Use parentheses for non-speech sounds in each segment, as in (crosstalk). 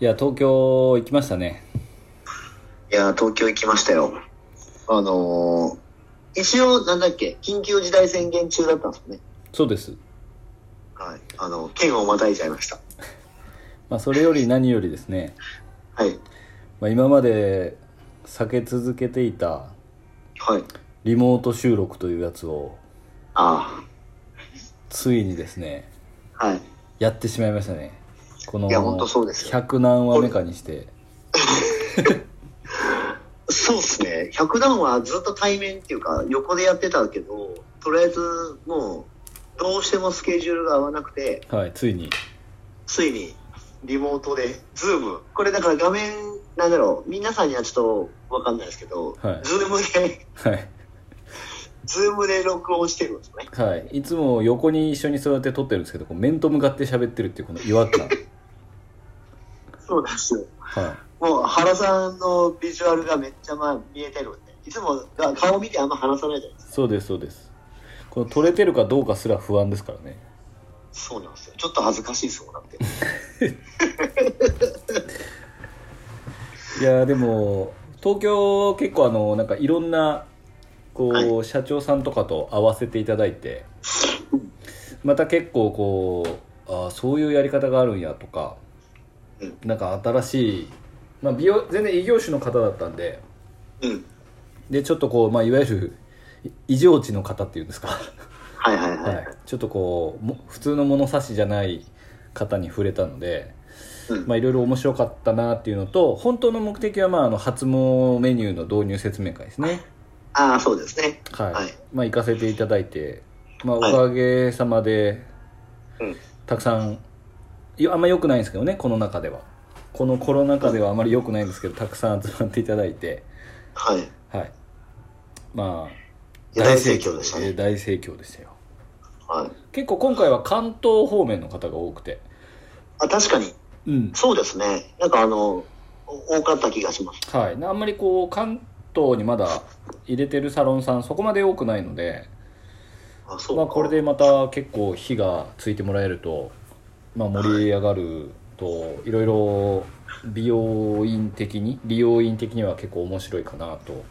いや東京行きましたねいやー、東京行きましたよ。あのー一応、なんだっけ、緊急事態宣言中だったんですよね。そうですはい。あの、県をまたいじゃいました。まあそれより何よりですね、はい。まあ、今まで避け続けていたはい。リモート収録というやつをあついにですねあ。はい。やってしまいましたねこのいやほんとそうですよ100何話目かにしてそうっすね。100段はずっと対面っていうか、横でやってたけど、とりあえず、もう、どうしてもスケジュールが合わなくて、はいついについに、リモートで、ズーム。これだから画面、なんだろう、皆さんにはちょっとわかんないですけど、はいズームで、はいズームで録音してるんですよね。はいいつも横に一緒に座って撮ってるんですけどこう面と向かって喋ってるっていうこの違和感 (laughs) そうなんですよ。はもう原さんのビジュアルがめっちゃまあ見えてるんで、いつもが顔見てあんま話さないじゃないでいそうですそうですこの撮れてるかどうかすら不安ですからねすか。そうなんですよ。ちょっと恥ずかしいですもん、だって。いやーでも東京結構あのなんかいろんなこう、は社長さんとかと会わせていただいてまた結構こうあーそういうやり方があるんやとか、うんなんか新しい、まあ、美容全然異業種の方だったんでうん。でちょっとこう、まあ、いわゆるい異常値の方っていうんですか、はいはいは。はいい、ちょっとこうも普通の物差しじゃない方に触れたので。うんまあ、いろいろ面白かったなっていうのと本当の目的はまああの初詣メニューの導入説明会ですねああ、そうですね。はい、はいまあ、行かせていただいて、まあ、おはいかげさまで、うんたくさんいやあんま良くないんですけどねこの中ではこのコロナ禍ではあまり良くないんですけどたくさん集まっていただいてはい。いはいまあや大盛況でしたね。大盛況でしたよはい。結構今回は関東方面の方が多くてあ、確かに。うんそうですね。なんかあの、お多かった気がします。はい、あんまりこう関東にまだ入れてるサロンさんそこまで多くないので、あ、そうまか。あ、これでまた結構火がついてもらえると、まあ、盛り上がるといろいろ美容院的に美容院的には結構面白いかなと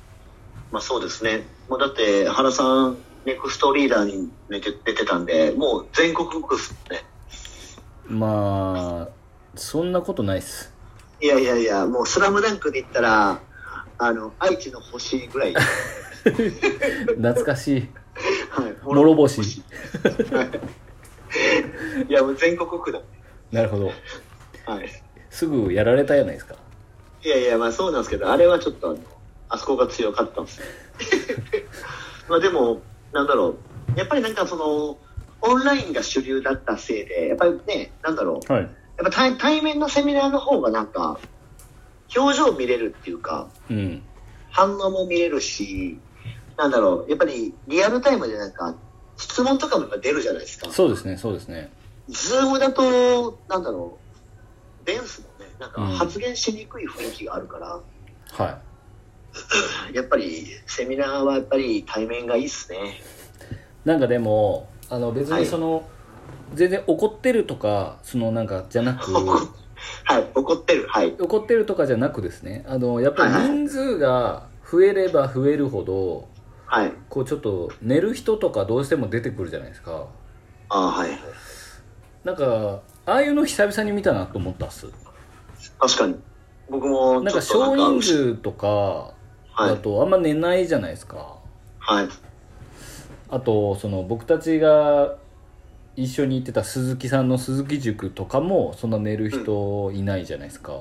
まあそうですね。もうだって、原さん、ネクストリーダーに出て出てたんで、もう全国区っすね。まあそんなことないっす (laughs) いやいやいや、もうスラムダンクで言ったら、あの、愛知の星ぐら (laughs) い。懐か (laughs) しいはい、諸星いや、もう全国区だ。なるほどはい。すぐやられたやないですかいやいや、まあそうなんですけど、あれはちょっとあの、あそこが強かったんですよ。 (laughs) まあでも、なんだろう。やっぱりなんかその、オンラインが主流だったせいで、やっぱりね、なんだろう。はいやっぱ対対面のセミナーの方がなんか、表情見れるっていうか、うん反応も見れるし、なんだろう。やっぱりリアルタイムでなんか、質問とかもやっぱ出るじゃないですか。そうですねそうですねズームだと、なんだろう、ベンスもね、なんかうん発言しにくい雰囲気があるから、はいやっぱりセミナーはやっぱり対面がいいっすね。なんかでもあの別はにいその、全然怒ってるとかそのなんかじゃなくはい、怒ってる。はい。怒ってるとかじゃなくですねあのやっぱり人数が増えれば増えるほどはい。こうちょっと寝る人とかどうしても出てくるじゃないですかああ、はい。なんかああいうの久々に見たなと思ったっす確かに。僕もなんちかょっとな少ん人か、数とかはだい。とあんま寝ないじゃないですかはい。あとその僕たちが一緒に行ってた鈴木さんの鈴木塾とかもそんな寝る人いないじゃないですか、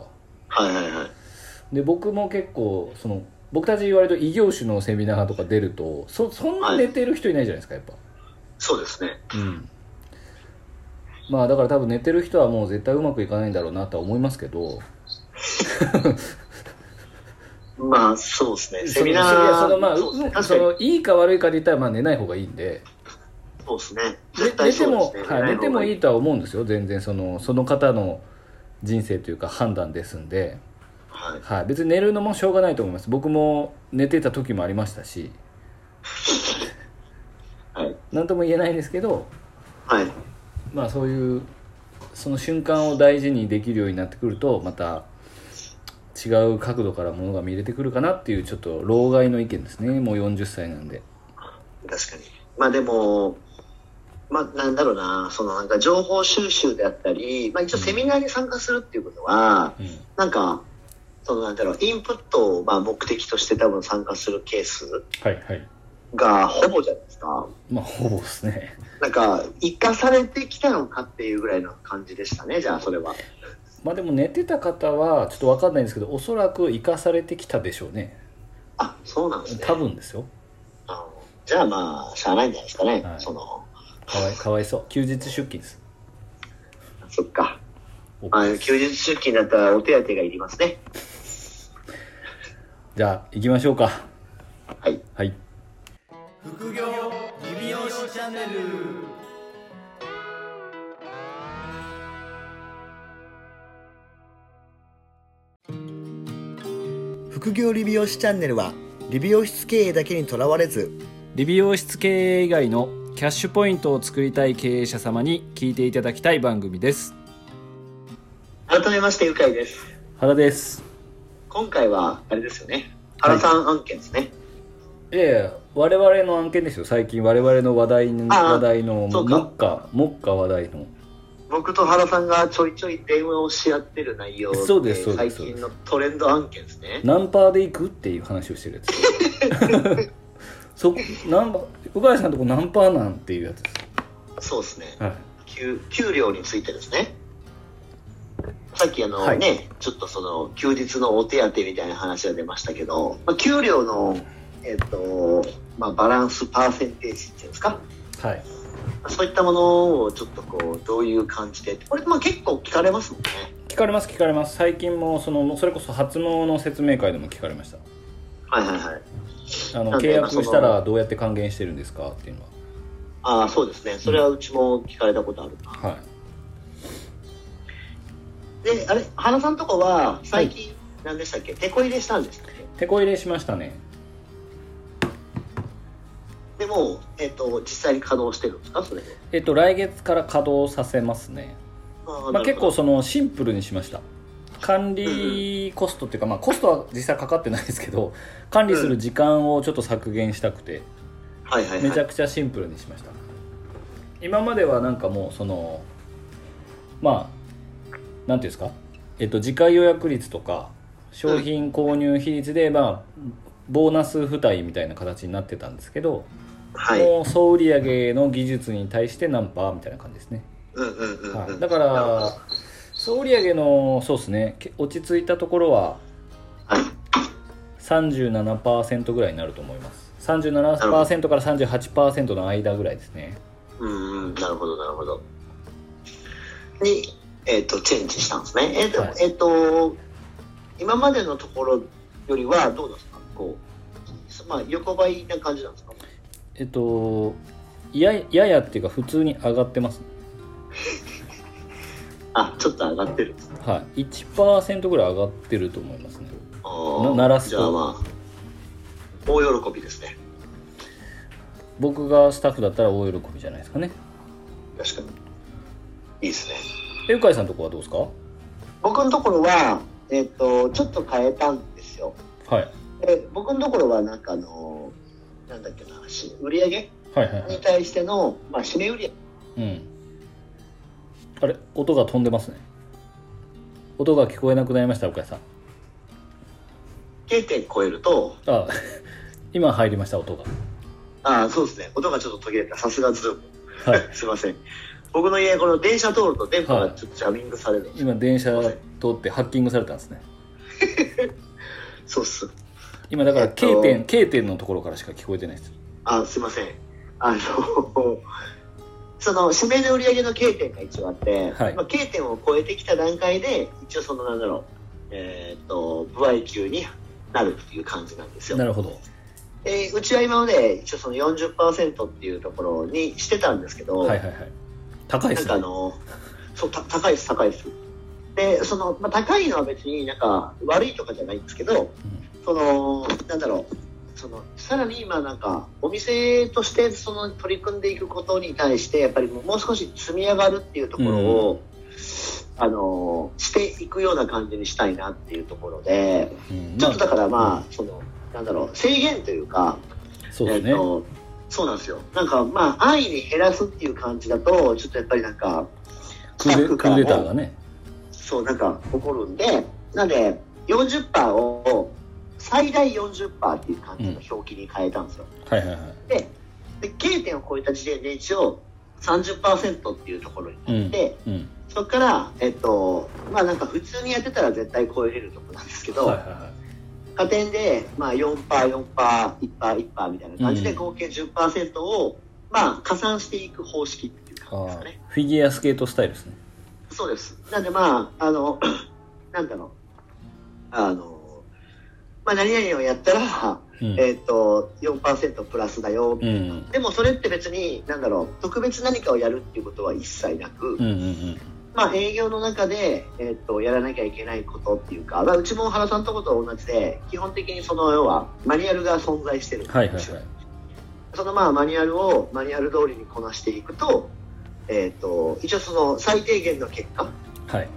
はいはいはい。で僕も結構その僕たち割と異業種のセミナーとか出るとそそんな寝てる人いないじゃないですかやっぱ、そうですね。うんまあだから多分寝てる人はもう絶対うまくいかないんだろうなとは思いますけどまあ、そうですね。セミナそのいやー、そのまあそうですね。うん確そかにのいいか悪いかで言ったらまあ寝ない方がいいんでそうですね。で絶寝対てそうも、ですね。はい、寝てもいい。いとは思うんですよ全然そのその方の人生というか判断ですんで、はい。はい、別に寝るのもしょうがないと思います僕も寝てた時もありましたしはい。何とも言えないんですけどはい。まあそういうその瞬間を大事にできるようになってくるとまた違う角度からものが見れてくるかなっていうちょっと老害の意見ですねもう40歳なんで確かに。まあでも、まあなんだろうな、そのなんか情報収集であったり、まあ一応セミナーに参加するっていうことは、うんなんか、そのなんだろう、インプットをまあ目的として多分参加するケースはいはいがほぼじゃないですか。まあほぼですねなんか、生かされてきたのかっていうぐらいの感じでしたね、じゃあそれは。まあでも寝てた方はちょっと分かんないんですけどおそらく生かされてきたでしょうねあ、そうなんですね。多分ですよあのじゃあまあ、しゃあないんじゃないですかね。はいその、かわいかわいそう休日出勤ですそっか。おあ休日出勤だったらお手当てがいりますね。じゃあ行きましょうかはい。はい副業リビオシチャンネル副業理美容師チャンネルは理美容室経営だけにとらわれず理美容室経営以外のキャッシュポイントを作りたい経営者様に聞いていただきたい番組です改めまして、ゆかいです。原です今回は、あれですよね。原さん案件ですね。ええ我々の案件ですよ最近我々の話題のああ話題の目そうか下目下話題の僕と原さんがちょいちょい電話をし合ってる内容そうですそうで最す近のトレンド案件ですね。何パーでいくっていう話をしてるやつ (laughs) そこ何パー鵜飼さんのとこ何パーなんっていうやつでそうですねす、。はい、給給料についてですね。さっきあのね、はいちょっとその休日のお手当みたいな話が出ましたけど、まあ、給料の、えっとまあ、バランスパーセンテージっていうんですか、はい、そういったものをちょっとこうどういう感じでこれまあ結構聞かれますもんね聞かれます聞かれます最近もそのそれこそ初詣の説明会でも聞かれましたはいはいはいあのなんで契約したまあそらどうやって還元してるんですかっていうのああそうですねそれはうちも聞かれたことあるな、ははいであれ原さんとこは最近何でしたっけ、テコ入れしたんですかね手こ入れしましたねでもう、えっと実際に稼働してるんですかそれでえっと来月から稼働させますねあまあ、結構そのシンプルにしました管理コストっていうか、まあ、コストは実際かかってないですけど管理する時間をちょっと削減したくてはいはいめはちゃいくちゃシンプルにしました今まではなんかもうそのまあなんていうんですかえっと次回予約率とか商品購入比率でまあボーナス付帯みたいな形になってたんですけど、はいもう総売上の技術に対して何パーみたいな感じですねうんうんうんはうんい、だかなるほどら総売上のそうですねけ落ち着いたところははい37%ぐらいになると思います37%から38%の間ぐらいですねうんうんなるほどなるほどにえっ、とチェンジしたんですねえっ、と,、はいえっと今までのところよりはどうなんですかこうまあ横ばいな感じなんですかえっとやややっていうか普通に上がってますあちょっと上がってるはい1%ぐらい上がってると思いますねあーな鳴らすとじゃあまあ大喜びですね僕がスタッフだったら大喜びじゃないですかね確かにいいですねえうかいさんとこはどうですか僕のところはえっ、とちょっと変えたんですよはいで僕のところはなんかあのなんだっけなし売り上げはいはいはにい対しての、まあ、締め売り上げうんあれ音が飛んでますね音が聞こえなくなりましたうかいさん定点超えると、あ今入りました音がああ、そうですね、音がちょっと途切れた、さすがズーム、はい (laughs) すいません、僕の家、この電車通ると電波がちょっとジャミングされる、今電車通ってハッキングされたんですねそうっす、今だかえらっと K 点 K 点のところからしか聞こえてないですあすいません、あの、 (laughs) その指名の売り上げの経点が一応あって、はいまあ、経点を超えてきた段階で、一応、そのなんだろう、えーっと、不配給になるっていう感じなんですよな。るほどでうちは今まで一応その40%っていうところにしてたんですけど、はいはいはい高いでなんすかあねの、そう、た高いです、高いです。で、その、まあ、高いのは別になんか悪いとかじゃないんですけど、その、なんだろう、その、さらに今なんか、お店としてその取り組んでいくことに対して、やっぱりもう少し積み上がるっていうところを、あのしていくような感じにしたいなっていうところで、うんちょっとだからうんまあ、その、なんだろう、制限というか、そうですえねっ、と、そうなんですよ。なんかまあ、安易に減らすっていう感じだと、ちょっとやっぱりなんか、クーデスタッフクからーもデターがねそう、なんか起こるんで、なんで、40%を最大40%っていう感じの表記に変えたんですよ。はいはいはいでで、K 点を超えた時点で一応30%っていうところになって、うんそこから、えっと、まあなんか普通にやってたら絶対超えれるとこなんですけど、はいはいはい加点で、まあ、4%、4%、1%、1%みたいな感じで合計10%を、まあ、加算していく方式っていうあ感じですーかね。フィギュアスケートスタイルですねそうです。なんで、まあ、あの、 (coughs) なんだろう。あの、まあ、何々をやったら、うん、えっ、と、4%プラスだよ。うんでも、それって別に、なんだろう、特別何かをやるっていうことは一切なく、うんうんうんまあ、営業の中で、えっとやらなきゃいけないことっていうか、まあ、うちも原さんとこと同じで基本的にその要はマニュアルが存在してるんですよはいはいはいそのまあマニュアルをマニュアル通りにこなしていくと,、えっと一応その最低限の結果、はい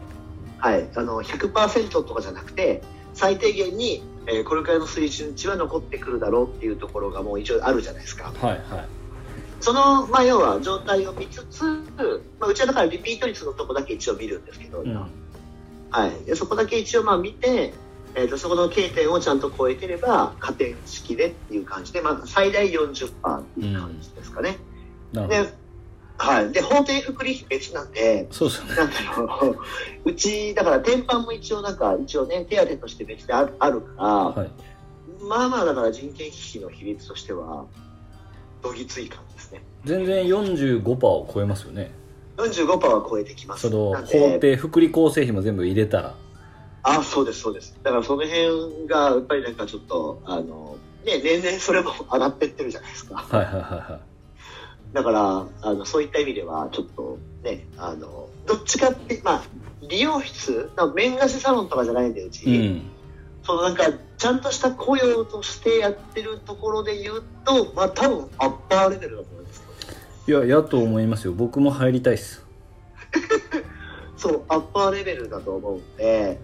はい、あの100%とかじゃなくて最低限に、えーこれくらいの水準値は残ってくるだろうっていうところがもう一応あるじゃないですかはいはいその、まあ、要は状態を見つつ、まあ、うちはだからリピート率のとこだけ一応見るんですけど、うん今はい、でそこだけ一応まあ見て、えー、とそこの経点をちゃんと超えてれば加点式でっていう感じで、まあ、最大40%っていう感じですかね。なるほどで,、はい、で法定福利費別なんでそうですよねなんだろ (laughs) ううちだから天板も一応なんか一応ね手当として別であるあるから、はいまあまあだから人件費の比率としてはどぎつい感じですね。全然45%を超えますよね45%は超えてきます。そのなんで法定福利厚生費も全部入れたらあ、そうです、そうです。だからその辺が、やっぱりなんかちょっと、あの、ね、年々それも上がってってるじゃないですか。はいはいはいはだから、あの、そういった意味では、ちょっと、ね、あの、どっちかって、まあ、美容室、なんか面貸しサロンとかじゃないんで、うち、いうんそのなんか、ちゃんとした雇用としてやってるところで言うと、まあ、多分、アッパーレベルだと思うんですけいど、ややと思いますよ僕も入りたいっすそう、アッパーレベルだと思うんで、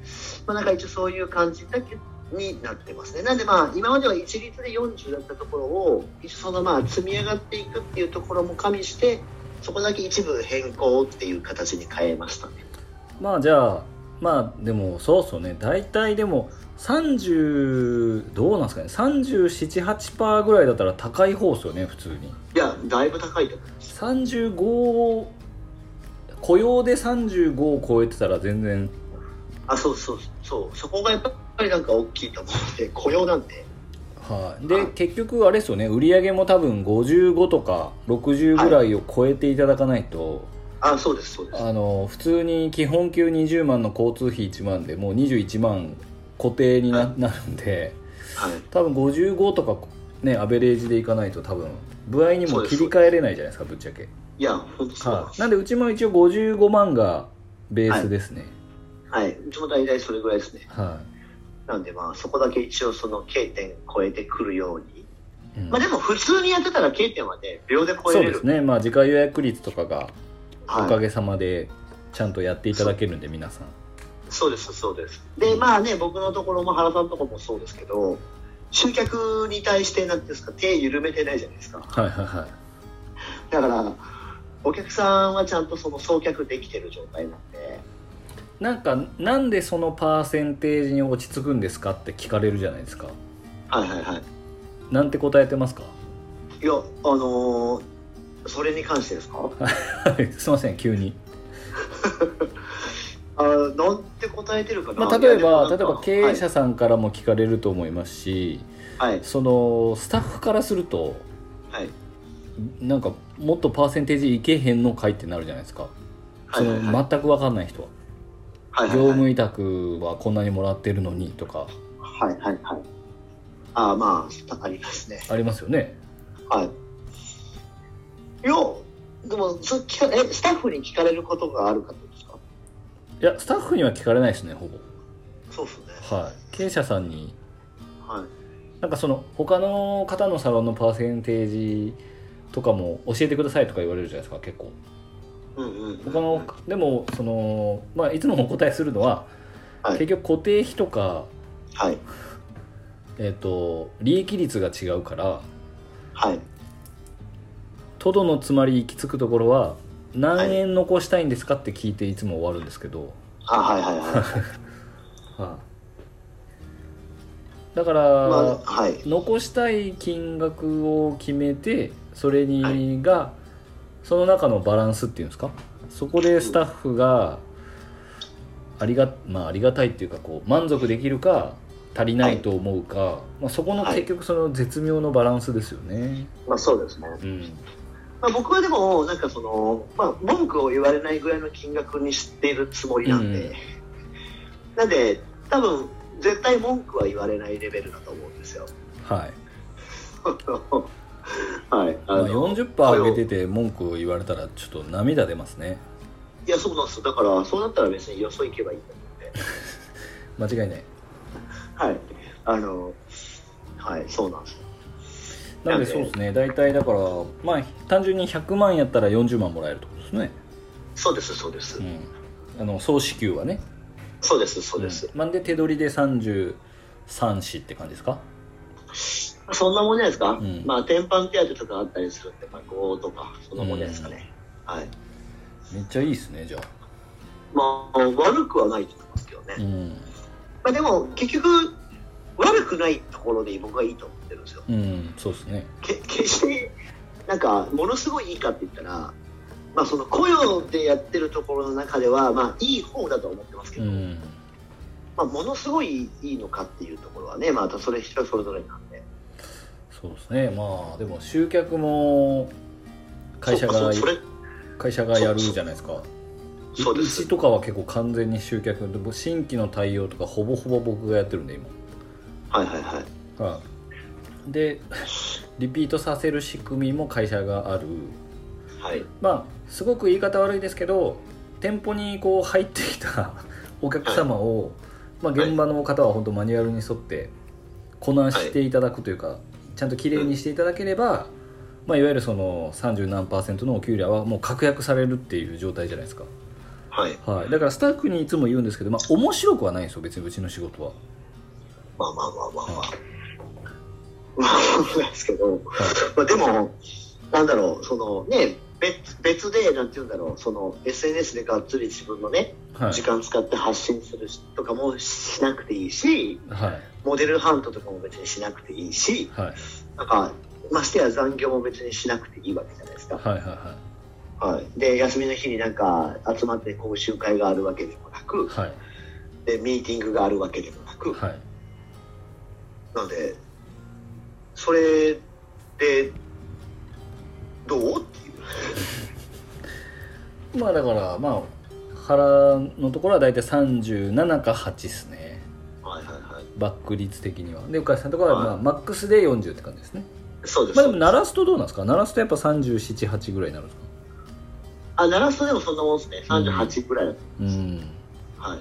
まあ、なんか一応そういう感じだけになってますね。なんでまあ、今までは一律で40だったところを、一応そのまあ、積み上がっていくっていうところも加味して、そこだけ一部変更っていう形に変えましたね。まあじゃあまあでもそうっすよね大体でも30どうなんですかね378%ぐらいだったら高い方っすよね普通にいや、だいぶ高いと思います。 35を雇用で35を超えてたら全然あ、そうそうそう、そこがやっぱりなんか大きいと思うんで、雇用なんで。はい、で結局あれですよね売り上げも多分55とか60ぐらいを超えていただかないと、あ、そうです、そうです。あの普通に基本給20万の交通費1万でもう21万固定にな,、はなるんではい。多分55とかねアベレージでいかないと多分部合にも切り替えれないじゃないですかぶっちゃけ、いや、本当そうなんはでい、す。なんでうちも一応55万がベースですね、はい。うちも大体それぐらいですね。はなんでまあ、そこだけ一応その K 点超えてくるように。いうんまあでも普通にやってたら K 点はね、秒で超えそうれでるす。ねまあ自家予約率とかがおはかい、げさまでちゃんとやっていただけるんで皆さんそうです、そうです。で、まあね、僕のところも原さんのところもそうですけど、集客に対してなんていうんですか、手緩めてないじゃないですか。はいはいはいだから、お客さんはちゃんとその送客できてる状態なんで、なんかなんでそのパーセンテージに落ち着くんですかって聞かれるじゃないですかはいはいはい。なんて答えてますかいや、あのーそれに関してですか (laughs) すいません急に、あーなんて答えてるかな、まあ、例えいやでもばな例えんかば経営者さんからも聞かれると思いますし、はい、はいそのスタッフからするとはいなんかもっとパーセンテージいけへんのかいってなるじゃないですかはそいのはいはい全く分かんない人ははいはい業はい務委託はこんなにもらってるのにとかはいはいはいああまあありますねありますよねはい。いや、でも、そ聞かえスタッフに聞かれることがあるかってことですかいやスタッフには聞かれないですねほぼそうですね。はい経営者さんにはい。なんかその他の方のサロンのパーセンテージとかも教えてくださいとか言われるじゃないですか結構うんうん他のでもその、まあ、いつもお答えするのは、はい結局固定費とか、はいえっと利益率が違うからはいとどのつまり行き着くところは何円残したいんですかって聞いていつも終わるんですけど、あはいはい (laughs) はいはいだから、まあはい残したい金額を決めてそれにが、その中のバランスっていうんですかそこでスタッフがありが,、まあ、ありがたいっていうかこう満足できるか足りないと思うか、まあ、そこのはい結局その絶妙のバランスですよね。まあそうですねうんまあ、僕はでもなんかその、まあ、文句を言われないぐらいの金額にしているつもりなんで、うんなんで多分絶対文句は言われないレベルだと思うんですよ。 (laughs) はいはい、まああ、の40%上げてて文句を言われたらちょっと涙出ますねいやそうなんですだからそうなったら別によそ行けばいいんだ間違いないはいあのはいそうなんですよなんでそうですね大体だからまあ単純に100万やったら40万もらえるってことですね、そうですそうです、うん、あの総支給はねそうですそうです、うんまあで手取りで33子って感じですかそんなもんじゃないですか、んまあ天板手当とかあったりするんで、まあ、5とかそんなもんじゃないですかね、はいめっちゃいいですねじゃあまあ悪くはないと思いますけどね、うんまあ、でも結局悪くないところで僕はいいと思ってるんですようんそうですねけ決してなんかものすごいいいかって言ったら、まあ、その雇用でやってるところの中ではまあいい方だと思ってますけうど、んまあ、ものすごいいいのかっていうところはねまたそれ人それぞれなんでそうですねまあでも集客も会社そうがそれ会社がやるじゃないですかそうでうすちとかは結構完全に集客で僕新規の対応とかほぼほぼ僕がやってるんで今はいはいはいはいでリピートさせる仕組みも会社があるはいまあすごく言い方悪いですけど店舗にこう入ってきた (laughs) お客様を、まあ、はい現場の方は本当マニュアルに沿ってこなしていただくというか、ちゃんときれいにしていただければ、まあ、いわゆるその30何パーセントのお給料はもう確約されるっていう状態じゃないですか、はいはい、だからスタッフにいつも言うんですけど、まあ、面白くはないんですよ別にうちの仕事は、まあまあまあまあまあはまあなんですけど、まあ、でもなんだろうそのね別別でなんて言うんだろうその SNS でがっつり自分のねはい時間使って発信するしとかもしなくていいしはいモデルハントとかも別にしなくていいしはいなんかましてや残業も別にしなくていいわけじゃないですか、はいはいははい、で休みの日になんか集まって講習会があるわけでもなくいはいでミーティングがあるわけでもなくはいなのでそれでどうっていうまあだからまあ腹のところは大体37か8ですねはいはいはいバック率的にはで岡井さんのところはまあはマックスで40って感じですねそうですまあでも鳴らすとどうなんですか鳴らすとやっぱ378ぐらいになるんですかあ鳴らすとでもそんなもんですね38ぐらいだとうんはい、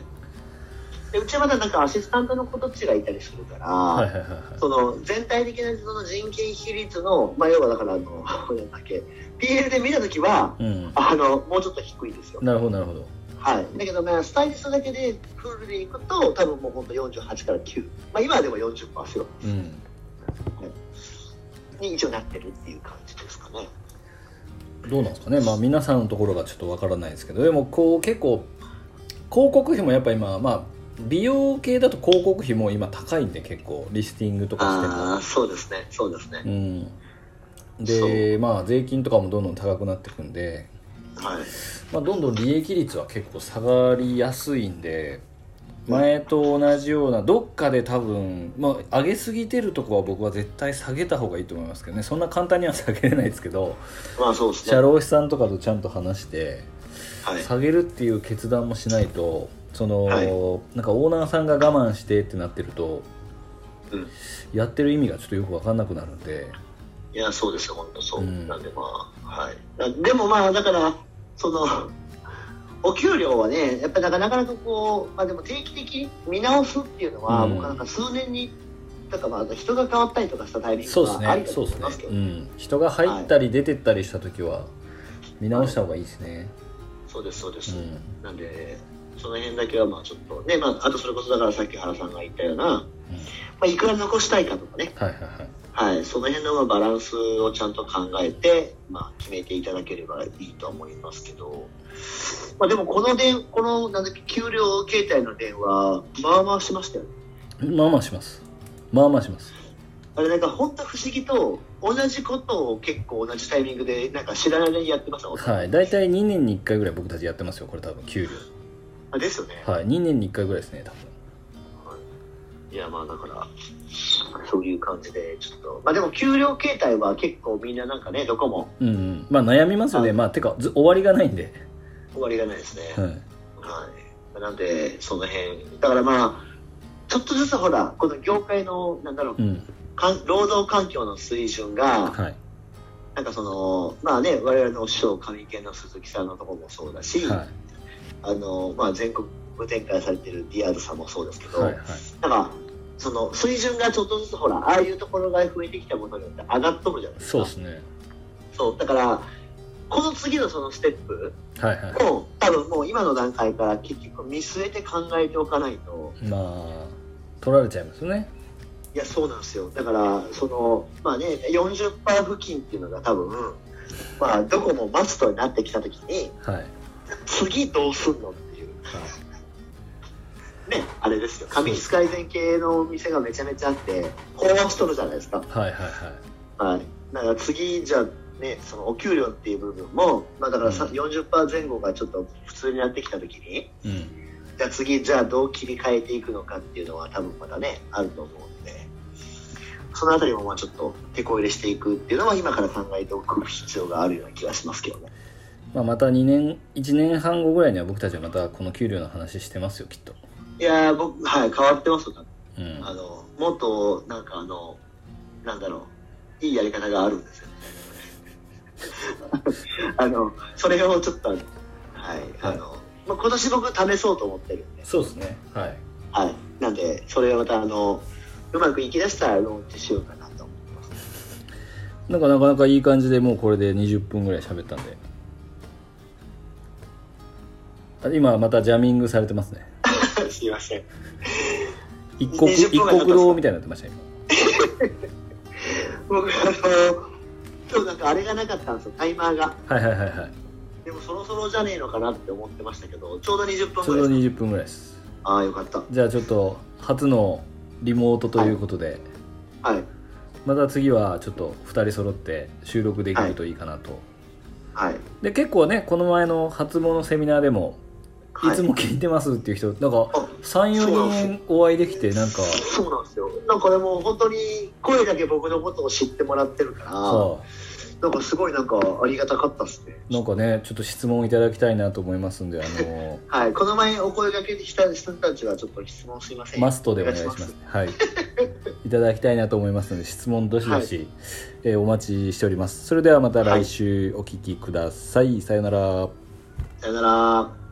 でうちはまだなんかアシスタントの子たちがいたりするから、はいはいはいはいその全体的なその人件比率の、まあ、要はだからあの (laughs) なんだっけ PL で見た時はうんあのもうちょっと低いですよ、なるほどなるほどはい、だけどまあスタイリストだけでフルでいくと多分もうほんと48から9、まあ、今はでも40%うんに一応なってるっていう感じですかねどうなんですかねまあ皆さんのところがちょっとわからないですけどでもこう結構広告費もやっぱ今まあ美容系だと広告費も今高いんで結構リスティングとかしてもああそうですねそうですねうん、そでまあ税金とかもどんどん高くなっていくんで、はいまあ、どんどん利益率は結構下がりやすいんで前と同じようなどっかで多分、まあ、上げすぎてるとこは僕は絶対下げた方がいいと思いますけどねそんな簡単には下げれないですけどまあそうですね社労士さんとかとちゃんと話してはい下げるっていう決断もしないとその、はいなんかオーナーさんが我慢してってなってるとうんやってる意味がちょっとよく分かんなくなるんで。いや、そうですよ、本当そう。うんなんで、まあ、はい。なでも、まあ、だから、その、 (laughs) お給料はね、やっぱりなかなかこう、まあでも定期的に見直すっていうのは、うん僕はなんか数年に、とかまあ人が変わったりとかしたタイミングそうですがありね、だとそうで思いすねますけ、ど、うん、人が入ったり出てったりした時は見直した方がいいですね。そうですそうです、うんなんでその辺だけはまあちょっとね、まあ、あとそれこそだからさっき原さんが言ったような、まあ、いくら残したいかとかね、はいはいはいはい、その辺のまあバランスをちゃんと考えて、まあ、決めていただければいいと思いますけど、まあ、でもこの電このなんだっけ給料携帯の電話まあまあしましたよねまあまあしますまあまあしますあれなんか本当不思議と同じことを結構同じタイミングでなんか知らない間にやってますよはい大体2年に1回ぐらい僕たちやってますよこれ多分給あですよね料はい2年に1回ぐらいですね多分いやまあだからそういう感じでちょっとまあでも給料携帯は結構みんななんかねどこもうん、うん、まあ悩みますよねまあてかず終わりがないんで、終わりがないですね、はい、はい、なんで、その辺、だからまあ、ちょっとずつほら、この業界の、なんだろうう、んかん労働環境の水準が、はいなんかその、まあね、我々の師匠、上池の鈴木さんのところもそうだし、はあの、まあ、全国展開されてるディアードさんもそうですけいど、はいはいなんか、その水準がちょっとずつほら、ああいうところが増えてきたことによって上がっとるじゃないですか。そうですねそうだから、この次のそのステップはいはを、多分もう今の段階から結局見据えて考えておかないと、いまあ取られちゃいますねいやそうなんですよだからそのまあね40%付近っていうのが多分まあどこもマストになってきた時にはい次どうすんのっていうねあれですよ紙質改善系のお店がめちゃめちゃあって飽和しとるじゃないですかはいはいはいはいだから次じゃあねそのお給料っていう部分もまあだからさ40%前後がちょっと普通になってきた時にうんじゃあ次じゃあどう切り替えていくのかっていうのは多分まだねあると思うんでそのあたりもまあちょっと手こ入れしていくっていうのは今から考えておく必要があるような気がしますけどねまあ、また2年1年半後ぐらいには僕たちはまたこの給料の話してますよきっといやー僕はい変わってますよ多分うんあのもっとなんかあのなんだろういいやり方があるんですよね (laughs) あのそれをちょっとあのはいあの、まあ、今年僕試そうと思ってるんでそうですねはいはい、なんで、それをまたあのうまくいきだしたらローンチしようかなと思ってます。なんかなかなかいい感じでもうこれで20分ぐらい喋ったんであ今またジャミングされてますねす (laughs) いません。一国一20分ぐらい国道みたいになってましたよ僕、あの、今日なんかあれがなかったんですよ、タイマーが。今はいはいはいはいでもそろそろじゃねえのかなって思ってましたけど、ちょうど20分ちょうぐらどいです。 20分ぐらいですああ、よかった。じゃあちょっと初のリモートということで、はい。また次はちょっと2人揃って収録できるといいかなと、はい。で結構ねこの前の初詣のセミナーでもはいつも聞いてますっていう人、なんかあそうなん34人お会いできてなんかそうなんですよ。なんかでも本当に声だけ僕のことを知ってもらってるから、はなんかすごいなんかありがたかったですね。いなんかねちょっと質問いただきたいなと思いますんであのはい。この前お声掛けした人たちはちょっと質問すいません。マストでお願いします。 (laughs) はいいただきたいなと思いますので質問どしどし、えーお待ちしておりますそれではまた来週お聞きください、さようならさよなら。